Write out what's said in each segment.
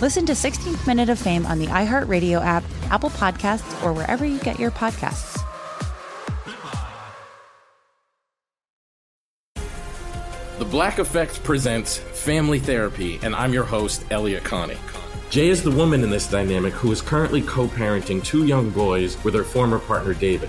Listen to 16th Minute of Fame on the iHeartRadio app, Apple Podcasts, or wherever you get your podcasts. The Black Effect presents Family Therapy, and I'm your host, Elliot Connie. Jay is the woman in this dynamic who is currently co parenting two young boys with her former partner, David.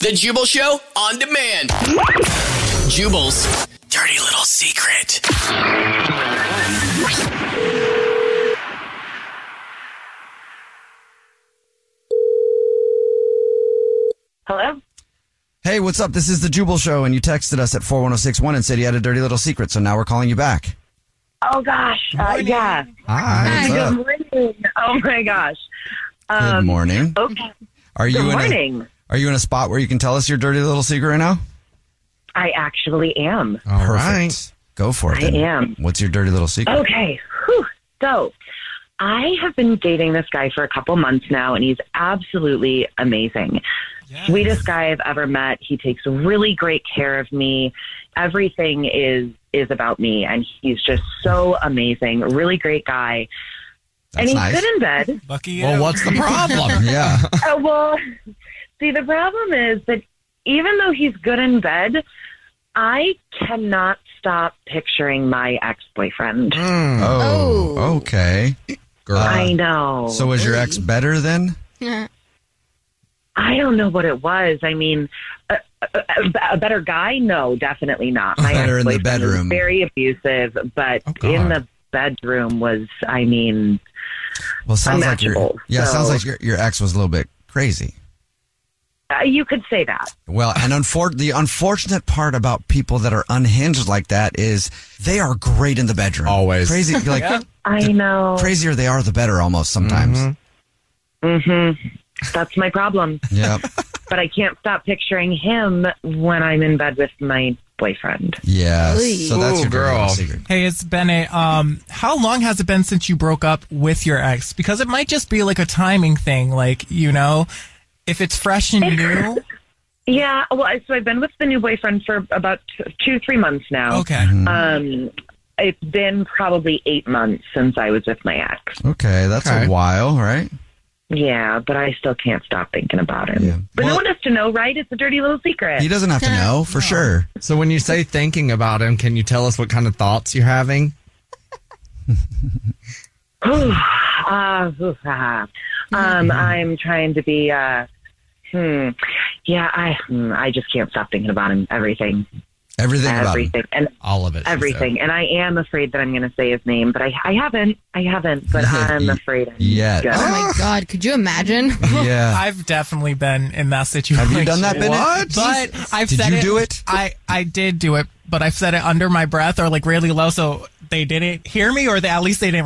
The Jubal Show on demand. Jubal's dirty little secret. Hello? Hey, what's up? This is the Jubal Show, and you texted us at 41061 and said you had a dirty little secret, so now we're calling you back. Oh gosh, uh, yeah. Hi, what's up? Good morning. Oh my gosh. Um, Good morning. Okay. Are you Good in morning. A, are you in a spot where you can tell us your dirty little secret right now? I actually am. All right, Go for it. I then. am. What's your dirty little secret? Okay. Whew. So, I have been dating this guy for a couple months now, and he's absolutely amazing. Sweetest guy I've ever met. He takes really great care of me. Everything is is about me, and he's just so amazing. Really great guy. That's and he's nice. good in bed. Lucky Well, what's the problem? yeah. Oh, well, see, the problem is that even though he's good in bed, I cannot stop picturing my ex boyfriend. Oh, okay. Girl. I know. Uh, so was your ex better then? I don't know what it was. I mean, a, a, a- a better guy? No, definitely not. My Better in the ex-boyfriend was bedroom. Oh, very abusive, but God. in the bedroom was, I mean, Well, sounds like your Unmatchable, yeah, sounds so- like your, your ex was a little bit crazy. uh, you could say that. Well, and unfor- the unfortunate part about people that are unhinged like that is they are great in the bedroom. Always. crazy. Like I know. crazier they are, the better. Almost sometimes. hmm That's my problem. Yep. but I can't stop picturing him when I'm in bed with my boyfriend. Yes. So that's your girl. secret. Hey, it's Bennett. Um, how long has it been since you broke up with your ex? Because it might just be like a timing thing. Like, you know, if it's fresh and new. Yeah, well, I- so I've been with the new boyfriend for about t- two, three months now. Okay. Mm-hmm. Um, it's been probably eight months since I was with my ex. Okay, that's a while, right? Yeah, but I still can't stop thinking about him. Yeah. But Well- no one has to know, right? It's a dirty little secret. He doesn't have to know for sure. So when you say thinking about him, can you tell us what kind of thoughts you're having? Ah, oof, ah. Mm-hmm. um, I'm trying to be. Uh, hmm. Yeah, I. Hmm, I just can't stop thinking about him. Everything. Everything about him. everything. And All of it. she everything. And I am afraid that I'm going to say his name, but I, I haven't. I haven't. But I'm Y- afraid. I'm yet. gonna. Ah. Oh my god, could you imagine? Yeah. I've definitely been in that situation. Have you done that, Bennett? But I've Did said you do it? I, I did do it, but I've said it under my breath or like really low, so they didn't hear me or they, at least they didn't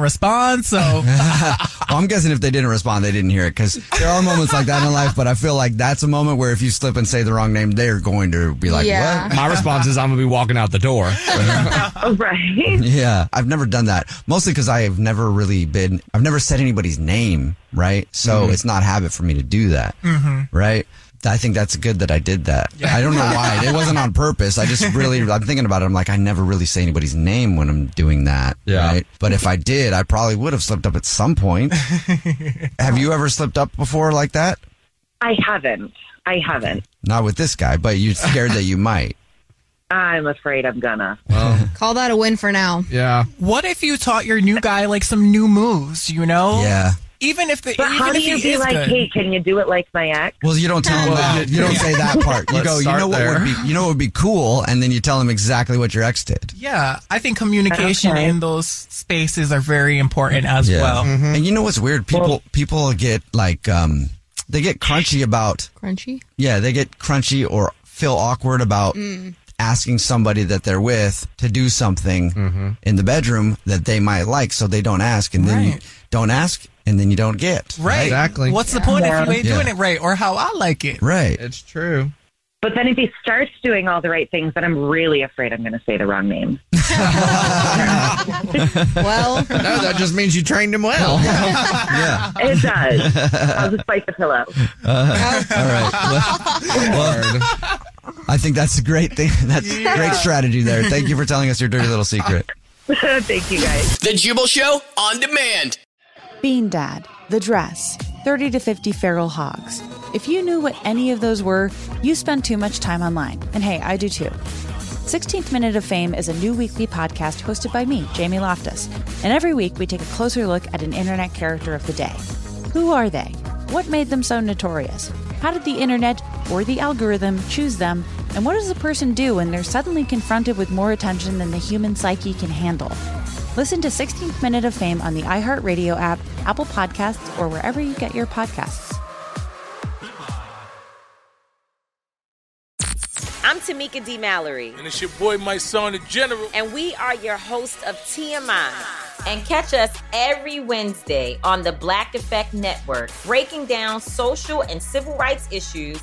respond. So Well, I'm guessing if they didn't respond, they didn't hear it because there are moments like that in life. But I feel like that's a moment where if you slip and say the wrong name, they're going to be like, Yeah. said. My response is I'm gonna be walking out the door. Oh, right. "What?" Yeah, I've never done that. Mostly because I have never really been. I've never said anybody's name, right? So it's not habit for me to do that, right? I think that's good that I did that. I don't know why. It wasn't on purpose. I just really, I'm thinking about it. I'm like, I never really say anybody's name when I'm doing that. Yeah. Right? But if I did, I probably would have slipped up at some point. have you ever slipped up before like that? I haven't. I haven't. Not with this guy, but you're scared that you might. I'm afraid I'm gonna. Call that a win for now. Yeah. What if you taught your new guy like some new moves? You know. Yeah. Even if the But even how if do he you be is like, good. hey, can you do it like my ex? Well, you don't tell him Well, that. yeah. You don't say that part. You Let's go. You start know what there. would be. You know what would be cool, and then you tell him exactly what your ex did. Yeah, I think communication Okay. in those spaces are very important as Yeah. well. And you know what's weird? People people get like um they get crunchy about Crunchy. yeah they get crunchy or feel awkward about Mm. asking somebody that they're with to do something in the bedroom that they might like, so they don't ask, and then you don't ask, and then you don't get Right. What's the point if you ain't Yeah. doing it right or how I like it? Right. It's true. But then if he starts doing all the right things, then I'm really afraid I'm gonna say the wrong name. well, no, that just means you trained him well. yeah, it does. I'll just bite the pillow. Uh, all right. Well, well, I think that's a great thing. That's Yeah. great strategy there. Thank you for telling us your dirty little secret. Thank you guys. The Jubal Show on demand. Bean Dad, The Dress, 30 to 50 Feral Hogs. If you knew what any of those were, you spend too much time online. And hey, I do too. 16th Minute of Fame is a new weekly podcast hosted by me, Jamie Loftus. And every week we take a closer look at an internet character of the day. Who are they? What made them so notorious? How did the internet or the algorithm choose them? And what does a person do when they're suddenly confronted with more attention than the human psyche can handle? Listen to 16th Minute of Fame on the iHeartRadio app, Apple Podcasts, or wherever you get your podcasts. I'm Tamika D. Mallory. And it's your boy, my son, the general. And we are your hosts of TMI. And catch us every Wednesday on the Black Effect Network, breaking down social and civil rights issues,